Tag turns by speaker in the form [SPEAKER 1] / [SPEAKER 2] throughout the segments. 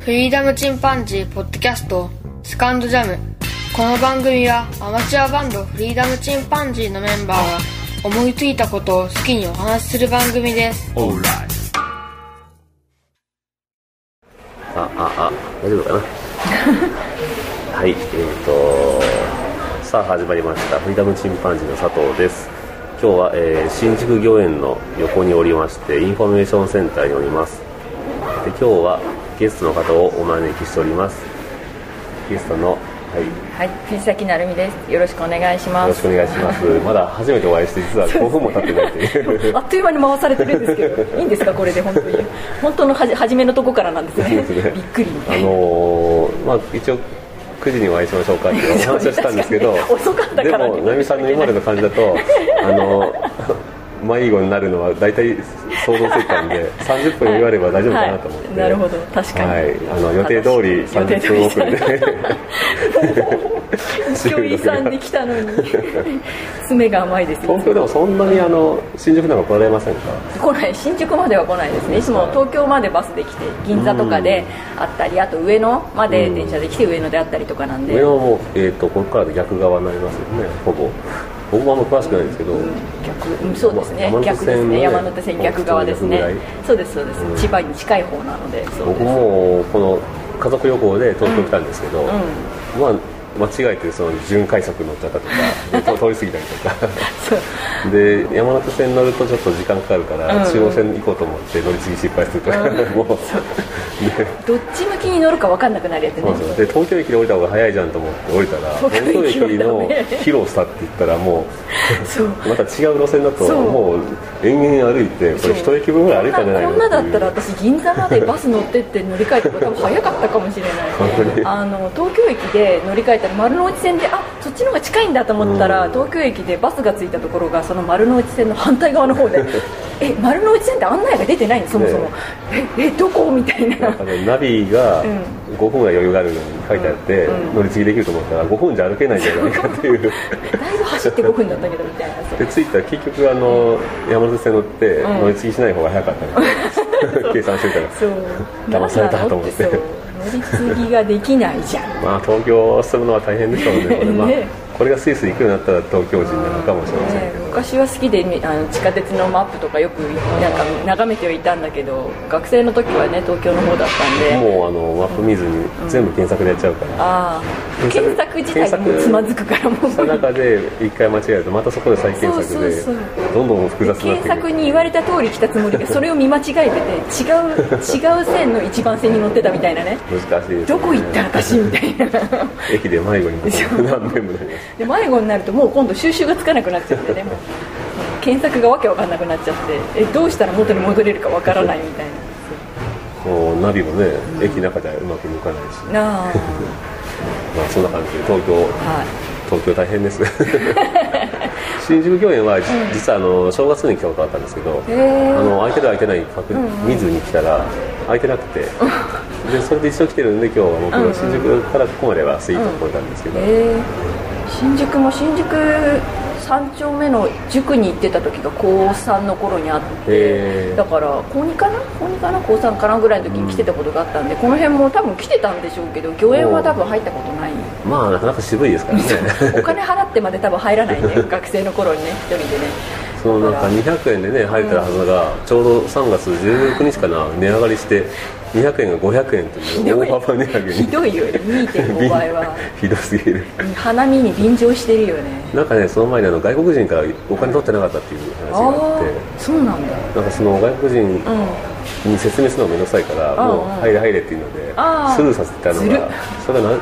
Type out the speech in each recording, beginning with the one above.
[SPEAKER 1] フリーダムチンパンジーポッドキャストスカンドジャムこの番組はアマチュアバンドフリーダムチンパンジーのメンバーが思いついたことを好きにお話しする番組です
[SPEAKER 2] オーライ
[SPEAKER 3] あ、あ、あ、大丈夫かなはい、えっ、とさあ始まりましたフリーダムチンパンジーの佐藤です今日は、えー新宿御苑の横におりましてインフォメーションセンターにおりますで今日はゲストの方をお招きしておりますゲストのはいよ
[SPEAKER 4] はい、藤崎成美です。よろしくお願いしま
[SPEAKER 3] ろし
[SPEAKER 4] す。
[SPEAKER 3] くお願いしますまだ初めてお会いして実は5分も経ってないという
[SPEAKER 4] あっという間に回されてるんですけど、いいんですか、これで本 当に。本当のはじ初めのとこからなんですね。びっくり。
[SPEAKER 3] あのーまあ一応9時にお会いしましょうかっていうお 話をしたんですけど
[SPEAKER 4] 遅かった
[SPEAKER 3] で
[SPEAKER 4] から
[SPEAKER 3] も
[SPEAKER 4] ね
[SPEAKER 3] 奈美さんの今までの感じだとあの 迷子になるのは大体想像ついたんで30分言われば大丈夫かなと思って、
[SPEAKER 4] はいなるほど確かに
[SPEAKER 3] はい、あの予定通り30分遅れで
[SPEAKER 4] 教 員さんに来たのに。 爪が甘いですよ
[SPEAKER 3] 東。京でもそんなにあの新宿なんか来られませんか
[SPEAKER 4] 来ない、新宿までは来ないですね。いつも東京までバスで来て、銀座とかであったり、あと上野まで電車で来て、上野であったりとかなんで
[SPEAKER 3] 上。野はもう、えー、とここからで逆側になりますよねほぼ僕もあんま詳しくないんですけど、
[SPEAKER 4] 逆うんそうですね
[SPEAKER 3] まあ
[SPEAKER 4] 逆ですね山手線逆側ですね
[SPEAKER 3] 北東の逆
[SPEAKER 4] そうですそうです、
[SPEAKER 3] うん
[SPEAKER 4] 千葉に近い方なのでそう
[SPEAKER 3] 僕
[SPEAKER 4] です
[SPEAKER 3] もこの家族旅行で東京来たんですけど、
[SPEAKER 4] ん
[SPEAKER 3] まあ間違えてその準快速乗っちゃったと か通り過ぎたりとか
[SPEAKER 4] そう
[SPEAKER 3] で山手線乗るとちょっと時間かかるから、
[SPEAKER 4] うん
[SPEAKER 3] 中央線行こうと思って乗り継ぎ失敗するとか、もうね
[SPEAKER 4] どっち向きに乗るか分かんなくなるやつね
[SPEAKER 3] そうそうで東京駅で降りた方が早いじゃんと思って降りたら
[SPEAKER 4] 東京駅
[SPEAKER 3] の
[SPEAKER 4] 降りたね
[SPEAKER 3] 広さって言ったらも
[SPEAKER 4] そう
[SPEAKER 3] うまた違う路線だと
[SPEAKER 4] そう
[SPEAKER 3] もう延々歩いてこれ一駅分ぐらい歩いたんじゃない
[SPEAKER 4] こ
[SPEAKER 3] の
[SPEAKER 4] んなだ
[SPEAKER 3] てい
[SPEAKER 4] っ
[SPEAKER 3] う
[SPEAKER 4] たら私銀座までバス乗ってって乗り換えたら多分早かったかもしれ
[SPEAKER 3] 本当に
[SPEAKER 4] ないあの東京駅で乗り換えたら丸の内線であそっちの方が近いんだと思ったら、
[SPEAKER 3] うん
[SPEAKER 4] 東京駅でバスが着いたところがその丸の内線の反対側の 方でえ丸の内線って案内が出てないのそもそも、ええどこみたい
[SPEAKER 3] なん
[SPEAKER 4] な
[SPEAKER 3] かね、ナビが
[SPEAKER 4] うん
[SPEAKER 3] 5分は余裕があるように書いてあって、
[SPEAKER 4] うん
[SPEAKER 3] 乗り継ぎできると思ったら5分じゃ歩けないんじゃないか っていう
[SPEAKER 4] だいぶ走って5分だったけどみたいなそう
[SPEAKER 3] で着いたら結局あの山手線乗って、
[SPEAKER 4] ん
[SPEAKER 3] 乗り継ぎしない方が早かった ね計算してたら
[SPEAKER 4] そう
[SPEAKER 3] 騙されたと思って
[SPEAKER 4] なんだろうってそう乗り継ぎができないじゃん
[SPEAKER 3] まあ東京を進むのは大変でしょうねこれ,、まあ
[SPEAKER 4] ね
[SPEAKER 3] これがスイスに行くようになったら東京人なのかもしれません
[SPEAKER 4] ね
[SPEAKER 3] けど、
[SPEAKER 4] 昔は好きでみあの地下鉄のマップとかよくなんか眺めてはいたんだけど学生の時はね東京の方だったんで
[SPEAKER 3] もうあのマップ見ずに全部検索でやっちゃうから、
[SPEAKER 4] ああ検索自体がもうつまずくからもう
[SPEAKER 3] その中で一回間違えるとまたそこで再検索で
[SPEAKER 4] そうそうそう
[SPEAKER 3] どんどん複雑になって
[SPEAKER 4] 検
[SPEAKER 3] くる
[SPEAKER 4] 索に言われた通り来たつもりがそれを見間違えてて違う違う線の一番線に乗ってたみたいなね
[SPEAKER 3] 難しいです、ね、
[SPEAKER 4] どこ行った私みたいな
[SPEAKER 3] 駅で迷子になって何年もなりました
[SPEAKER 4] で迷子になるともう今度収集がつかなくなっちゃってねもう検索がわけわかんなくなっちゃってえどうしたら元に戻れるかわからないみたいな
[SPEAKER 3] もうナビもね、駅の中ではうまく動かないし、
[SPEAKER 4] なあ
[SPEAKER 3] まあ、そんな感じで東京
[SPEAKER 4] はい
[SPEAKER 3] 東京大変 です新宿御苑は、じ実はあの正月に来たことあったんですけどあ
[SPEAKER 4] へー
[SPEAKER 3] の空いてる空いてない確見ずに来たら空いてなくてでそれで一緒に来てるんで今日は僕の新宿からここまではスイートを超えたんですけど、
[SPEAKER 4] えー新宿も新宿3丁目の塾に行ってた時が高3の頃にあっ
[SPEAKER 3] へ
[SPEAKER 4] て
[SPEAKER 3] ー
[SPEAKER 4] だから高2かな高2かな高3かなぐらいの時に来てたことがあったんで、この辺も多分来てたんでしょうけど御苑は多分入ったこと ない
[SPEAKER 3] まあなかなか渋いですからね
[SPEAKER 4] お金払ってまで多分入らないね学生の頃にね一人でね
[SPEAKER 3] そのなんか200円でね入れてるはずが、ちょうど3月19日かな値上がりして200円が500円という大幅値上げに
[SPEAKER 4] ひどいよ2.5倍は
[SPEAKER 3] ひどすぎる
[SPEAKER 4] 花見に便乗してるよね
[SPEAKER 3] なんかねその前にあの外国人からお金取ってなかったっていう話
[SPEAKER 4] あ
[SPEAKER 3] があっ
[SPEAKER 4] あそうなんだ
[SPEAKER 3] てなんかその外国人
[SPEAKER 4] うん
[SPEAKER 3] に説明するのがめんどくさいから、
[SPEAKER 4] うん
[SPEAKER 3] もう入れ入れっていうので
[SPEAKER 4] あー
[SPEAKER 3] スルーさせてたの
[SPEAKER 4] ずる
[SPEAKER 3] がそれがなん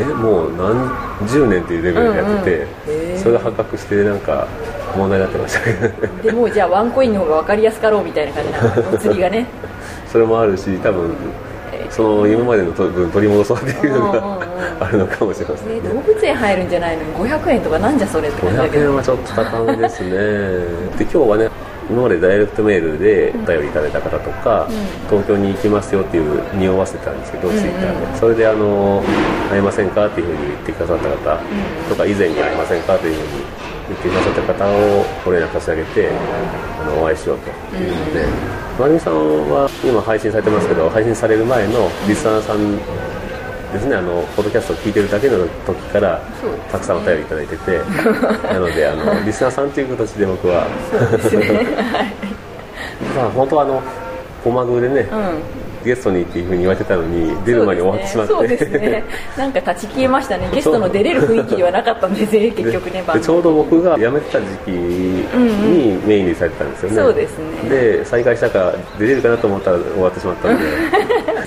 [SPEAKER 3] えもう何十年っていうレベルでやってて、
[SPEAKER 4] うんうんへー
[SPEAKER 3] それが発覚してなんか問題になってましたけどね
[SPEAKER 4] でもうじゃあワンコインの方が分かりやすかろうみたいな感じな のお釣りがね
[SPEAKER 3] それもあるし多分その今までのと分取り戻そうっていうの
[SPEAKER 4] うんうんう
[SPEAKER 3] があるのかもしれません
[SPEAKER 4] え
[SPEAKER 3] ね
[SPEAKER 4] ー動物園入るんじゃないのに500円とかなんじゃそれって感じだ
[SPEAKER 3] 500
[SPEAKER 4] けど
[SPEAKER 3] 円はちょっと高めですねで今日はね今までダイレクトメールでお便りいただいた方とか、東京に行きますよっていう匂わせたんですけど、
[SPEAKER 4] んうん
[SPEAKER 3] ツイッターでそれであの「会えませんか?」っていうふうに言ってくださった方とか以前に「会えませんか?」というふうに言ってくださった方をご連絡差し上げてあのお会いしようというので、まるみさんは今配信されてますけど配信される前のリスナーさんですねあのポッドキャストを聞いてるだけの時から、
[SPEAKER 4] そうですね
[SPEAKER 3] たくさんお便りいただいててなのであ のリスナーさんという形で僕は、
[SPEAKER 4] そうですねはい
[SPEAKER 3] まあ、本当はあの駒組でね、
[SPEAKER 4] うん
[SPEAKER 3] ゲストにっていうふうに言われてたのに出る前に終わってしまって
[SPEAKER 4] そ うですねそうですねなんか断ち消えましたねゲストの出れる雰囲気ではなかったんですね結局ね
[SPEAKER 3] で
[SPEAKER 4] 番組
[SPEAKER 3] ちょうど僕が辞めてた時期にメインにされてたんですよね、
[SPEAKER 4] そうですね
[SPEAKER 3] で再開したから出れるかなと思ったら終わってしまった ので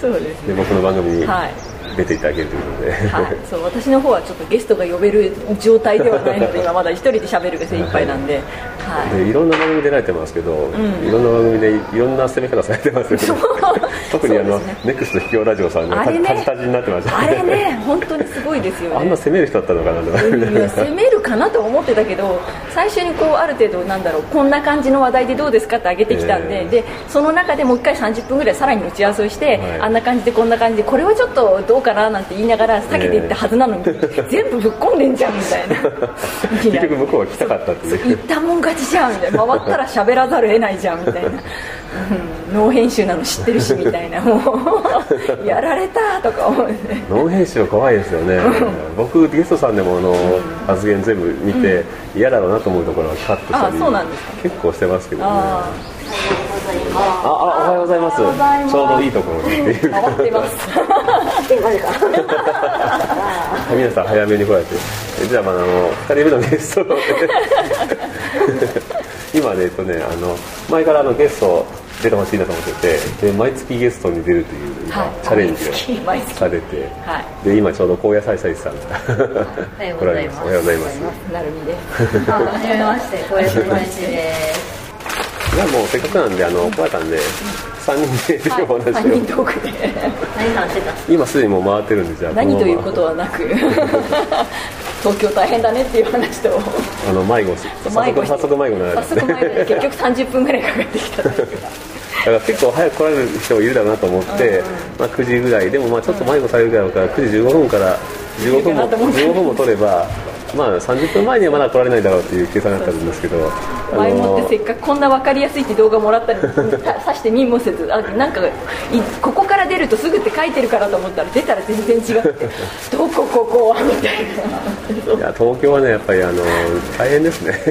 [SPEAKER 4] そうですね
[SPEAKER 3] で僕の番組に
[SPEAKER 4] はい
[SPEAKER 3] 出ていただけるということで、
[SPEAKER 4] はい、そう私の方はちょっとゲストが呼べる状態ではないので今まだ一人で喋るが精一杯なんで、は
[SPEAKER 3] でいろんな番組出られてますけど、いろんな番組でいろんな攻め方されてますよね
[SPEAKER 4] そう
[SPEAKER 3] 特にあの、
[SPEAKER 4] そうです
[SPEAKER 3] ネクスト秘境ラジオさんが
[SPEAKER 4] あ
[SPEAKER 3] タ
[SPEAKER 4] れ
[SPEAKER 3] ジ
[SPEAKER 4] ね
[SPEAKER 3] タジタジになってまし
[SPEAKER 4] い、
[SPEAKER 3] た
[SPEAKER 4] あれね本当にすごいですよね
[SPEAKER 3] あんな攻める人だったのかなとか
[SPEAKER 4] いや攻めるかなと思ってたけど最初にこうある程度なんだろうこんな感じの話題でどうですかって上げてきたんで,、
[SPEAKER 3] えー
[SPEAKER 4] でその中でもう1回30分ぐらいさらに打ち合わせをして、
[SPEAKER 3] はい
[SPEAKER 4] あんな感じでこんな感じでこれはちょっとどうかななんて言いながら避けていったはずなのに、 全部ぶっ込んでんじゃんみたいない
[SPEAKER 3] 結
[SPEAKER 4] きなり
[SPEAKER 3] 局向こうは来たかったっていう
[SPEAKER 4] 行ったもん勝ちじゃんみたいな回ったら喋らざるを得ないじゃんみたいな、うん、ノー編集なの知ってるしみたいなもうやられたとか思うね
[SPEAKER 3] ノン編集怖いですよ ね僕ゲストさんでもあの発言全部見て、嫌だろうなと思うところはカットしたり
[SPEAKER 4] あそうなんですか
[SPEAKER 3] 結構してますけどねあ
[SPEAKER 4] あ
[SPEAKER 3] あおはようございますちょうどいいところにってい
[SPEAKER 4] あ
[SPEAKER 3] う
[SPEAKER 4] 回ってます
[SPEAKER 3] 皆さん早めに来られてえじゃあ,、まあ、あの2人目のゲストの 今ねえっとねあの前からあのゲスト出てほしいなと思っててで毎月ゲストに出るという今、
[SPEAKER 4] はい
[SPEAKER 3] チャレンジ
[SPEAKER 4] 毎月毎
[SPEAKER 3] を
[SPEAKER 4] 月
[SPEAKER 3] されて、
[SPEAKER 4] はい
[SPEAKER 3] で今ちょうど高野菜菜さんが
[SPEAKER 2] おはよ
[SPEAKER 3] 来
[SPEAKER 2] うご
[SPEAKER 3] ら
[SPEAKER 2] ざい
[SPEAKER 3] れま
[SPEAKER 2] ますす。
[SPEAKER 3] おはようございます
[SPEAKER 4] なるみです
[SPEAKER 2] あはじめまして、小林真一です。
[SPEAKER 3] じゃあもうせっかくなんであの小屋さんで3人でお話
[SPEAKER 4] 三人
[SPEAKER 3] を
[SPEAKER 4] トークで
[SPEAKER 2] 何話してた
[SPEAKER 3] 今すでにもう回ってるんでじゃあ
[SPEAKER 4] 何
[SPEAKER 3] のま
[SPEAKER 4] と
[SPEAKER 3] ま
[SPEAKER 4] いうことはなく 東京大変だねっていう話と
[SPEAKER 3] あの迷子し早速早速迷子になられ
[SPEAKER 4] 早
[SPEAKER 3] て
[SPEAKER 4] 速迷子結局30分ぐらいかかってきたというか
[SPEAKER 3] だから結構早く来られる人もいるだろうなと思って、まあ、9時ぐらいでもまあちょっと迷子されるだろうから9時15分から15分も
[SPEAKER 4] いいかなと思って
[SPEAKER 3] 15分も取れば、まあ、30分前にはまだ来られないだろうっていう計算だったんですけどあ
[SPEAKER 4] 前もっ
[SPEAKER 3] の
[SPEAKER 4] てせっかくこんな分かりやすいって動画もらったのにささして見もせずあなんかいここから出るとすぐって書いてるからと思ったら出たら全然違って どこここはみたいない
[SPEAKER 3] や東京はねやっぱりあの大変ですね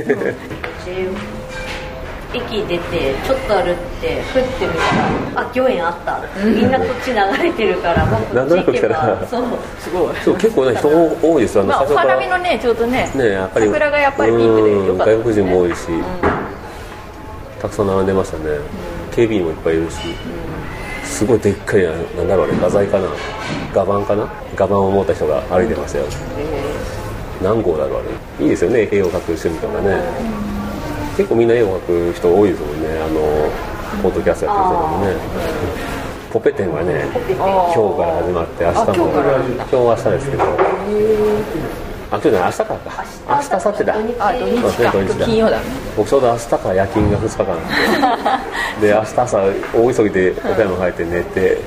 [SPEAKER 2] 駅出て、ちょっと歩 って、ふってみたら、あ、御苑あった。みんなこっち流れてるから、もうこ
[SPEAKER 3] な
[SPEAKER 2] っち行け
[SPEAKER 3] んとなく来たら
[SPEAKER 2] ば、そう。
[SPEAKER 4] すごい
[SPEAKER 3] そう結構ね人多いですよあの
[SPEAKER 4] まあお
[SPEAKER 3] 最初か
[SPEAKER 4] 花
[SPEAKER 3] ら
[SPEAKER 4] 見のねちょうどね
[SPEAKER 3] ねやっぱり
[SPEAKER 4] 桜がやっぱりピークでよかった
[SPEAKER 3] うん外国人も多いし、たくさん並んでましたね、警備員もいっぱいいるし、すごいでっかいななんだろうね画材かな画板かな画板を持った人が歩いてましたよ、何号だろうあれいいですよね絵を描く趣味とかね、結構みんな絵を描く人多いですもんねあのポッドキャストやってる人でもね、ポペ展はね今日から始まって明日も
[SPEAKER 4] 今日からなん
[SPEAKER 3] 今日は明日ですけどあ今日じゃない明日からか明日明後日だ
[SPEAKER 4] あ土日か
[SPEAKER 3] そうですね土日だ
[SPEAKER 4] 金曜だね
[SPEAKER 3] 僕ちょうど明日から夜勤が2日間 あってで明日朝大急ぎで岡山帰って寝て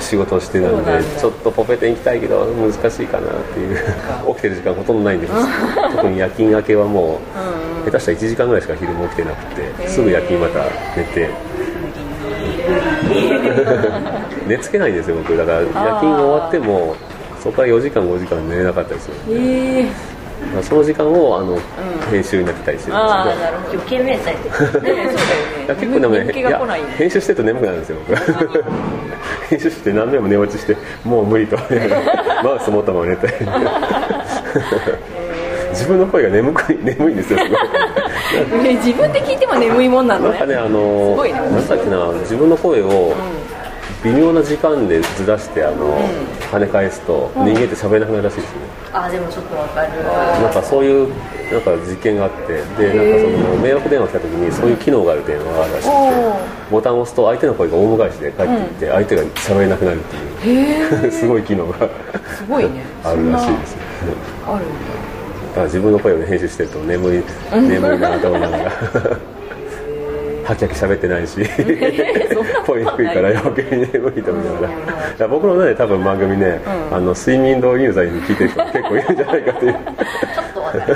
[SPEAKER 3] 仕事をしてたん
[SPEAKER 4] そうな
[SPEAKER 3] で
[SPEAKER 4] んだ
[SPEAKER 3] ちょっとポペテン行きたいけど難しいかなっていう起きてる時間ほとんどないんです特に夜勤明けはもう下手したら1時間ぐらいしか昼も起きてなくてすぐ夜勤また寝 て寝つけないんですよ僕だから夜勤が終わってもそこから4時間5時間寝れなかったですよ
[SPEAKER 4] ええ
[SPEAKER 3] だからその時間をあの編集になってたりしてるんです
[SPEAKER 4] あ
[SPEAKER 3] け
[SPEAKER 4] あ
[SPEAKER 3] ど
[SPEAKER 4] なるほど
[SPEAKER 2] 余計明細
[SPEAKER 4] ねそう
[SPEAKER 2] って。
[SPEAKER 3] い
[SPEAKER 4] だ
[SPEAKER 3] や
[SPEAKER 4] よね
[SPEAKER 3] 結構でもね
[SPEAKER 4] 眠気が来ない
[SPEAKER 3] いや編集してると眠くなるんですよ僕編集して何遍も寝落ちしてもう無 理とマウス持ったまま寝て自分の声が眠くい眠いんですよすごい
[SPEAKER 4] ね自分で聞いても眠いもんなの
[SPEAKER 3] なん
[SPEAKER 4] ね
[SPEAKER 3] かねあ
[SPEAKER 4] す
[SPEAKER 3] の
[SPEAKER 4] ごいね
[SPEAKER 3] なんだっけな自分の声を微妙な時間でずらしてあの、跳ね返すと人間って喋れなくなるらしいですね、
[SPEAKER 2] あ、でもちょっとわかる。
[SPEAKER 3] なんかそういうなんか実験があってでなんかその迷惑電話来た時にそういう機能がある電話があるらしくてボタンを押すと相手の声が大返しで返ってきて相手が喋れなくなるっていう すごい機能が
[SPEAKER 4] すごいね
[SPEAKER 3] あるらしいです
[SPEAKER 4] あるん
[SPEAKER 3] だ
[SPEAKER 4] だ
[SPEAKER 3] から自分の声を編集してると眠い眠いなと思いながらはきはき喋って ないし声低いから余計に眠いと思いながらだから僕のね多分番組ね、あの 睡眠導入剤に聞いてる人結構いるんじゃないかという
[SPEAKER 2] ちょっとわかる。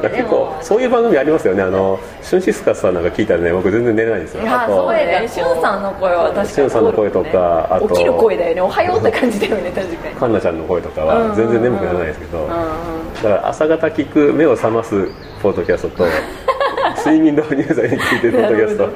[SPEAKER 3] いや結構そうそういう番組ありますよねあのシュンシスカスさんなんか聞いたらね僕全然寝れないんですよ
[SPEAKER 4] あ
[SPEAKER 3] あ
[SPEAKER 4] あそう
[SPEAKER 3] と
[SPEAKER 4] やねしゅんさんの声は確かに
[SPEAKER 3] しゅんさんの声とかあと
[SPEAKER 4] 起きる声だよねおはようって感じだよね確 かに
[SPEAKER 3] カンナちゃんの声とかは全然眠くならないですけど、
[SPEAKER 4] うん
[SPEAKER 3] だから朝方聞く目を覚ますポッドキャスト と睡眠導入剤に聞いてるポッドキャスト
[SPEAKER 4] なるほど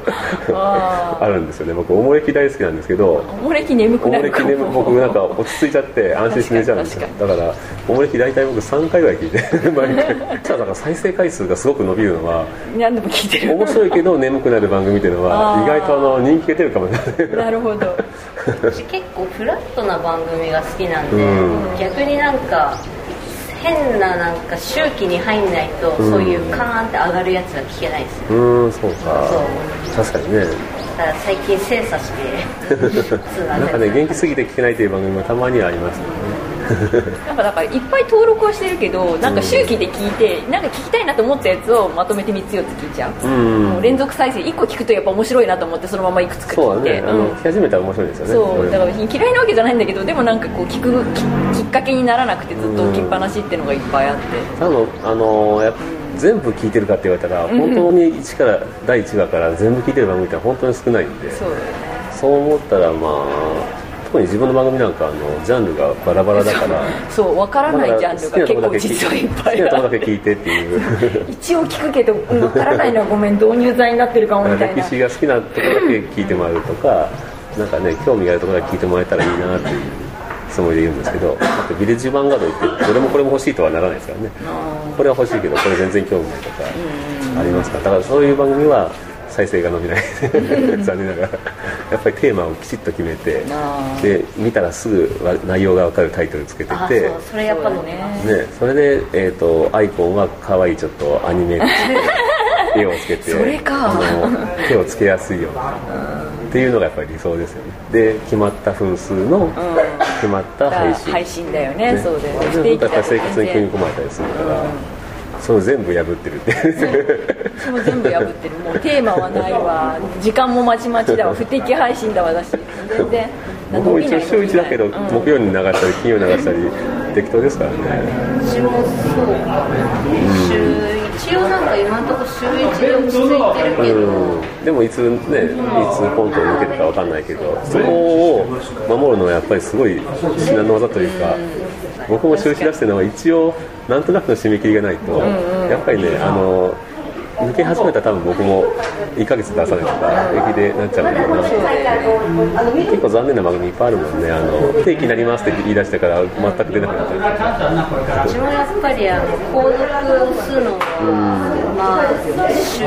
[SPEAKER 4] あー
[SPEAKER 3] あるんですよね僕おもれき大好きなんですけど
[SPEAKER 4] おもれき眠
[SPEAKER 3] お
[SPEAKER 4] くな
[SPEAKER 3] も
[SPEAKER 4] る
[SPEAKER 3] れ
[SPEAKER 4] か
[SPEAKER 3] き
[SPEAKER 4] も
[SPEAKER 3] ね僕なんか落ち着いちゃって安心して寝ちゃうんですよ
[SPEAKER 4] 確
[SPEAKER 3] だからおもれき大体僕3回ぐらい聞いて 毎回ただだから再生回数がすごく伸びるのは
[SPEAKER 4] 何度も聞いてる
[SPEAKER 3] 面白いけど眠くなる番組っていうのは
[SPEAKER 4] あー
[SPEAKER 3] 意外とあの人気が出るかもし れない
[SPEAKER 4] なるほど
[SPEAKER 2] 私結構フラットな番組が好きなんで、
[SPEAKER 3] う
[SPEAKER 2] 逆になんか変ななんか周期に入んないと、そういうカーンって上がるやつは聞けないですね
[SPEAKER 3] うーんそうか
[SPEAKER 2] そう
[SPEAKER 3] 確かにね
[SPEAKER 2] だから最近精査してつまん
[SPEAKER 3] なんか
[SPEAKER 2] で
[SPEAKER 3] ね元気すぎて聞けないという番組もたまにはありますよね
[SPEAKER 4] なんかだからいっぱい登録はしてるけどなんか周期で聞いてなんか聞きたいなと思ったやつをまとめて3つ4つ聞いちゃう,、
[SPEAKER 3] ん
[SPEAKER 4] もう連続再生1個聞くとやっぱ面白いなと思ってそのままいくつか
[SPEAKER 3] そう
[SPEAKER 4] 聞
[SPEAKER 3] だ
[SPEAKER 4] いて
[SPEAKER 3] ねあの、
[SPEAKER 4] ん
[SPEAKER 3] 聞き始めたら面白いですよね
[SPEAKER 4] そうだか
[SPEAKER 3] ん
[SPEAKER 4] ら嫌いなわけじゃないんだけどでもなんかこう聞くききっかけにならなくてずっと置きっぱなしっていうのがいっぱいあって、
[SPEAKER 3] 多分あのやっぱ全部聞いてるかって言われたら、本当に一から第1話から全部聞いてる番組って本当に少ないんで
[SPEAKER 4] そうだよね
[SPEAKER 3] そう思ったらまあ特に自分の番組なんかあのジャンルがバラバラだから
[SPEAKER 4] そう分からないジャンルが結構実はいっぱ
[SPEAKER 3] 好き
[SPEAKER 4] い
[SPEAKER 3] なとこ
[SPEAKER 4] あ
[SPEAKER 3] だけ
[SPEAKER 4] る
[SPEAKER 3] 聞いてっていう
[SPEAKER 4] 一応聞くけど分からないのはごめん導入剤になってるかもみたい
[SPEAKER 3] 歴
[SPEAKER 4] な
[SPEAKER 3] 史が好きなとこだけ聞いてもらうとかなんかね興味があるとこだけ聞いてもらえたらいいなっていうつもりで言うんですけどだってビレッジヴァンガード行ってどれもこれも欲しいとはならないですからねこれは欲しいけどこれ全然興味ないとかありますからだからそういう番組は再生が伸びない残念ながらやっぱりテーマをきちっと決めて
[SPEAKER 4] あー
[SPEAKER 3] で見たらすぐわ内容が分かるタイトルつけて
[SPEAKER 2] あ
[SPEAKER 3] て
[SPEAKER 2] そうそれやっぱ
[SPEAKER 4] そ
[SPEAKER 2] の
[SPEAKER 4] うだ
[SPEAKER 2] ね
[SPEAKER 4] ね
[SPEAKER 3] ね、それで、えー、とアイコンは可愛いちょっとアニメして絵をつけて
[SPEAKER 4] それか
[SPEAKER 3] あの手をつけやすいようなっていうのがやっぱり理想ですよねで決まった分数の決まった配信
[SPEAKER 4] 配信だよねそうだよね
[SPEAKER 3] ねそうだから生活に組み込まれたりするから、その全部破ってるっていう
[SPEAKER 4] 私も全部破ってるもうテーマはないわ時間もまちまちだわ不適配信だわだし全然
[SPEAKER 3] 僕も一応週1だけど、
[SPEAKER 4] うん
[SPEAKER 3] 木曜に流したり金曜に流したり適当ですからね
[SPEAKER 2] 私もそうか週一応なんか今のところ週一で落ち着いてるけど、
[SPEAKER 3] うん、でもいつねいつコントを抜けるかわかんないけどそこを守るのはやっぱりすごい至難の技というか僕も周知出してるのは一応なんとなくの締め切りがないとやっぱりねあの抜け始めたら多分僕も1ヶ月出さないとか平気でなっちゃうんだろうなと結構残念な番組いっぱいあるもんねあの不定期になりますって言い出してから全く出なくなっちゃう
[SPEAKER 2] うちもやっぱりあの購読を押すのは、まあ、週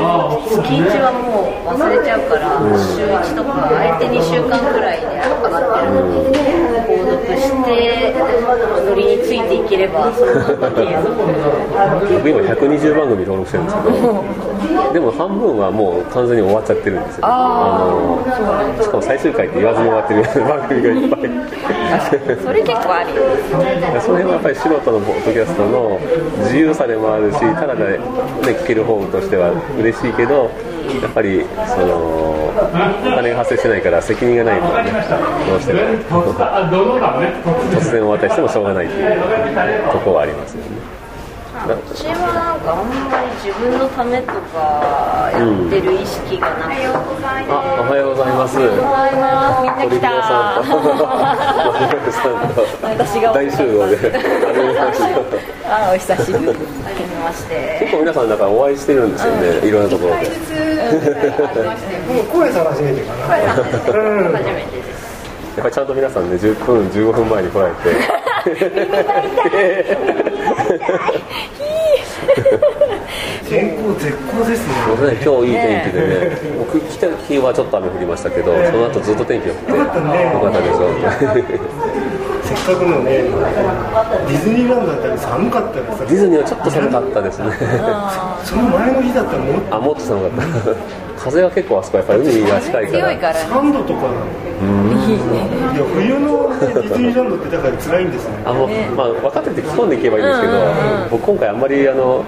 [SPEAKER 2] 月1はもう忘れちゃうから、週1とか相手2週間くらいで上がってるので、購読してノリについていければそのまま継続
[SPEAKER 3] 僕今120番組登録してるんですけどでも半分はもう完全に終わっちゃってるんですよあのしかも最終回って言わずに終わってるような番組がいっぱい
[SPEAKER 4] それ結構あり
[SPEAKER 3] その辺はやっぱり素人のポッドキャストの自由さでもあるし、ただで、ね、聞ける方としては嬉しいけど、やっぱりそのお金が発生してないから責任がないので、ね、どうしても突然お渡ししてもしょうがないというところはありますよね。
[SPEAKER 2] うちはなんかあんまり自分のためとかやってる意識がなくて。
[SPEAKER 3] あおはようございます。
[SPEAKER 4] みんな来
[SPEAKER 3] さんと
[SPEAKER 4] た私が
[SPEAKER 3] 大集合で歩みました
[SPEAKER 4] あお久しぶり
[SPEAKER 2] ありまして
[SPEAKER 3] 結構皆さんなんかお会いしてるんですよね、いろんなところで。
[SPEAKER 5] もう声探しにてかな
[SPEAKER 2] 初めてです
[SPEAKER 3] やっぱりちゃんと皆さんね10分15分前に来られて
[SPEAKER 5] 天候絶好ですね
[SPEAKER 3] 僕ね今日いい天気でね僕来た日はちょっと雨降りましたけどその後ずっと天気良くてよ
[SPEAKER 5] かったね
[SPEAKER 3] かったでしょ
[SPEAKER 5] せっかくのねディズニーランドだったら寒かったです
[SPEAKER 3] ディズニーはちょっと寒かったですね
[SPEAKER 5] その前の日だったらもっと
[SPEAKER 3] あもっと寒かった風は結構あそこやっぱり海が近いか
[SPEAKER 4] 強い
[SPEAKER 3] ら
[SPEAKER 4] からね
[SPEAKER 5] 3度とかなの
[SPEAKER 4] いいね
[SPEAKER 5] いや冬の、ね、ディズニーランドってだから辛いんですね
[SPEAKER 3] あの、まあ、分かってて着込んでいけばいいんですけど、僕今回あんまりあの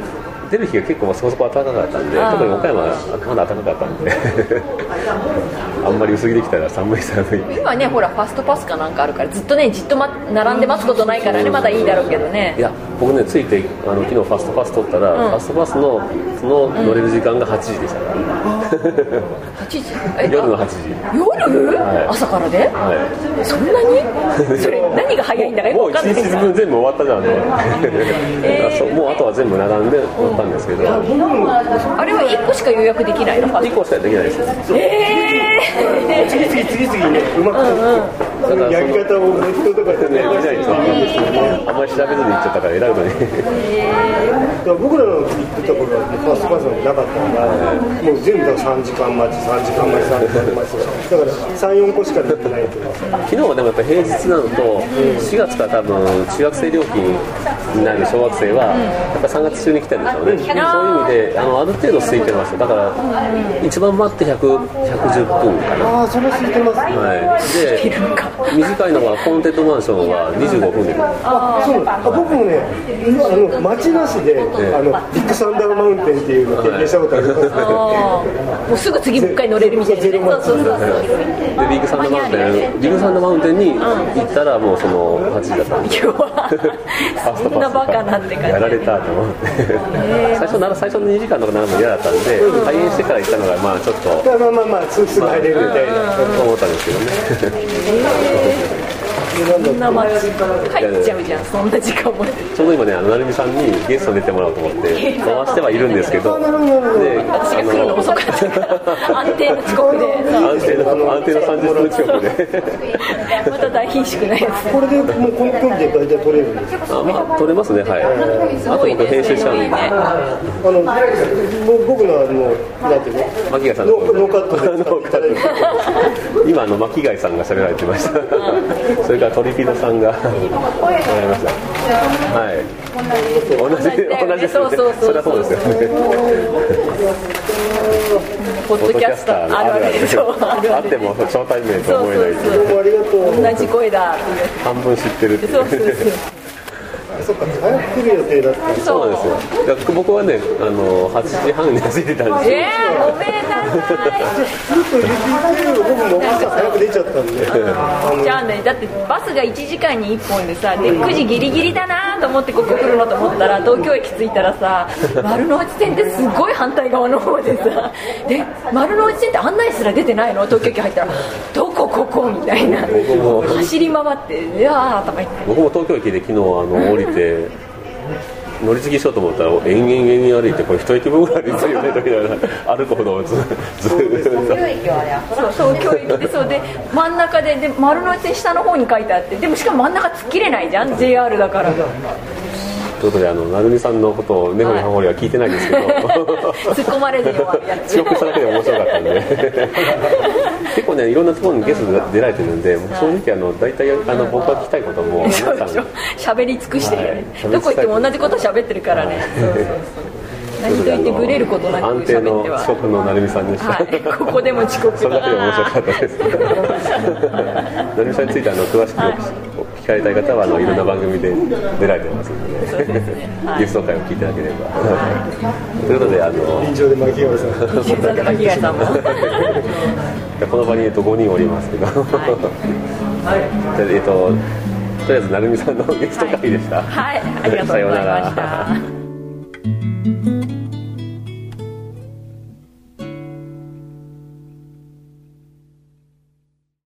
[SPEAKER 3] 出る日が結構そこそこ暖かかったんで特に岡山はまだ暖かかったんで あんまり薄着できたら寒い寒い
[SPEAKER 4] 今ねほらファストパスかなんかあるからずっとねじっと、ま、並んで待つことないからねまだいいだろうけどね
[SPEAKER 3] いや僕ね着いてあの昨日ファストパス取ったら、ファストパスのその乗れる時間が8時でしたから、
[SPEAKER 4] 8時え
[SPEAKER 3] 夜の
[SPEAKER 4] あ
[SPEAKER 3] 8時
[SPEAKER 4] 夜、
[SPEAKER 3] はい
[SPEAKER 4] 朝からで、
[SPEAKER 3] は
[SPEAKER 4] そんなにそれ何が早いんだかよく
[SPEAKER 3] もう
[SPEAKER 4] 分かん
[SPEAKER 3] 1
[SPEAKER 4] ない
[SPEAKER 3] 日分全部終わったじゃんと思って、
[SPEAKER 4] えー
[SPEAKER 3] そうもうあとは全部並んで終わったんですけど、
[SPEAKER 4] あれは1個しか予約できないの
[SPEAKER 3] 1個しかできないです
[SPEAKER 4] え
[SPEAKER 5] 次々次々ねうまく、
[SPEAKER 3] うんうん
[SPEAKER 5] やり方をネットとかで
[SPEAKER 3] 全
[SPEAKER 5] ね
[SPEAKER 3] 然見ないですよあんまり調べずに行っちゃったから選ぶのに
[SPEAKER 5] だから僕らの行ってた頃はもうファーストパスなんてなかったから、もう全部だから3時間待ち、3時間待ち、3時間待ちとか、だから3、4個しか出てないというか、
[SPEAKER 3] 昨日はでもやっぱ平日なのと4月から多分中学生料金になる小学生はやっぱ3月中に来てるんでしょうねそういう意味であのある程度空いてましただから一番待って100 110分かな
[SPEAKER 5] ああ、それ空いてますね、
[SPEAKER 3] はい、で短いのがコンテントマンションは25分で来る
[SPEAKER 5] そうなんですあ僕もね、あの町なしで、あのビッグサンダーマウンテンっていうのを経験したことありますね、
[SPEAKER 4] ー、もうすぐ次もう一回乗れるみたいなね
[SPEAKER 5] ゼロマイル
[SPEAKER 4] そうそうそうそう
[SPEAKER 3] でビッグサンダーマウンテンビッグサンダーマウンテンに行ったらもうその8時だったんで
[SPEAKER 4] 弱そんなバカなって
[SPEAKER 3] や
[SPEAKER 4] 感
[SPEAKER 3] ら
[SPEAKER 4] じ
[SPEAKER 3] れたと思って最初なら最初の2時間とか並ぶの嫌だったんで開園してから行ったのがまあちょっと
[SPEAKER 5] まあまあまあまあ、すぐすぐ入れるみたいな、
[SPEAKER 3] と思ったんですけどね
[SPEAKER 4] そんな街入っちゃうじゃんそんな時間も
[SPEAKER 3] ちょうど今ねあの成美さんにゲストに出てもらおうと思って回してはいるんですけどで
[SPEAKER 4] 私が来るの遅かったから安定の遅刻でさ
[SPEAKER 3] 安定の安定の30分近くで
[SPEAKER 4] また大貧縮なやつ
[SPEAKER 5] これでもうこの距離で大体取れるんですよ
[SPEAKER 3] あまあ取れますねはいあと僕編集しちゃうんで
[SPEAKER 5] あのもう僕のあの、なんていうの、
[SPEAKER 3] 巻貝さん
[SPEAKER 5] ノーノーカットで
[SPEAKER 3] ノーカットで今あの巻貝さんが喋られてましたそれからトリピノさんがもらいましたはい同じ同じです
[SPEAKER 4] そう
[SPEAKER 3] よね
[SPEAKER 4] そうそう
[SPEAKER 3] それはそうですよね
[SPEAKER 4] ポッドキャスターあるあるでしょある
[SPEAKER 3] あ
[SPEAKER 4] あ
[SPEAKER 3] っ
[SPEAKER 4] る
[SPEAKER 3] ても初対面と思えない
[SPEAKER 4] そうそう
[SPEAKER 5] どうもありがとう、
[SPEAKER 4] 同じ声だっていう
[SPEAKER 3] 半分知ってるっていう
[SPEAKER 4] そうそうそう
[SPEAKER 5] そっか、早く来る予定だったんです
[SPEAKER 3] そうなんですよいや僕はねあの8時半に走ってたんですよ
[SPEAKER 4] えー、ごめんなさい
[SPEAKER 5] ずっと言ってるけど、僕も朝早く出ちゃったんで、あの
[SPEAKER 4] じゃあねだってバスが1時間に1本でさで9時ギリギリだなと思ってここ来るのと思ったら東京駅着いたらさ丸の内線ってすごい反対側の方でさで丸の内線って案内すら出てないの東京駅入ったらどこここみたいな
[SPEAKER 3] 僕も
[SPEAKER 4] 走り回って「いやー」とか言って
[SPEAKER 3] 僕も東京駅で昨日あの降りて乗り継ぎしようと思ったら延々延々歩いてこれ一駅分ぐらいですよねと言いながら歩くほどずず
[SPEAKER 4] そう東京駅でそうで真ん中でで丸の内線下の方に書いてあってでもしかも真ん中突っ切れないじゃん JR だから
[SPEAKER 3] ということであの成美さんのことを根掘り葉掘りは聞いてないんですけど
[SPEAKER 4] 突っ込まれるようなやつ
[SPEAKER 3] 遅刻しただけで面白かったんで結構ねいろんなところにゲストで出られてるんで僕正直あの大体あの僕が聞きたいことも皆さ
[SPEAKER 4] そ
[SPEAKER 3] ん
[SPEAKER 4] うでしょ 喋り尽くしてるよね、
[SPEAKER 3] はい
[SPEAKER 4] どこ行っても同じこと喋ってるからね、そうそうそう何と言ってブレることなく
[SPEAKER 3] 安定
[SPEAKER 4] 喋っ
[SPEAKER 3] の
[SPEAKER 4] ては
[SPEAKER 3] 遅刻の成美さんでした、
[SPEAKER 4] はいここでも遅刻
[SPEAKER 3] それだけで面白かったです。のりみさんについてあの詳しくお聞かれたい方はあのいろんな番組で出られてますので、ゲスト会を聞いていただければ。ということであの
[SPEAKER 5] 臨場で巻きさん。
[SPEAKER 4] 石井さんとか被害さんも
[SPEAKER 3] この場にえっと5人おりますけど、じゃあえっと とりあえずなるみさんのゲスト会でした。
[SPEAKER 4] はいありがとうございまし
[SPEAKER 3] さようなら
[SPEAKER 4] た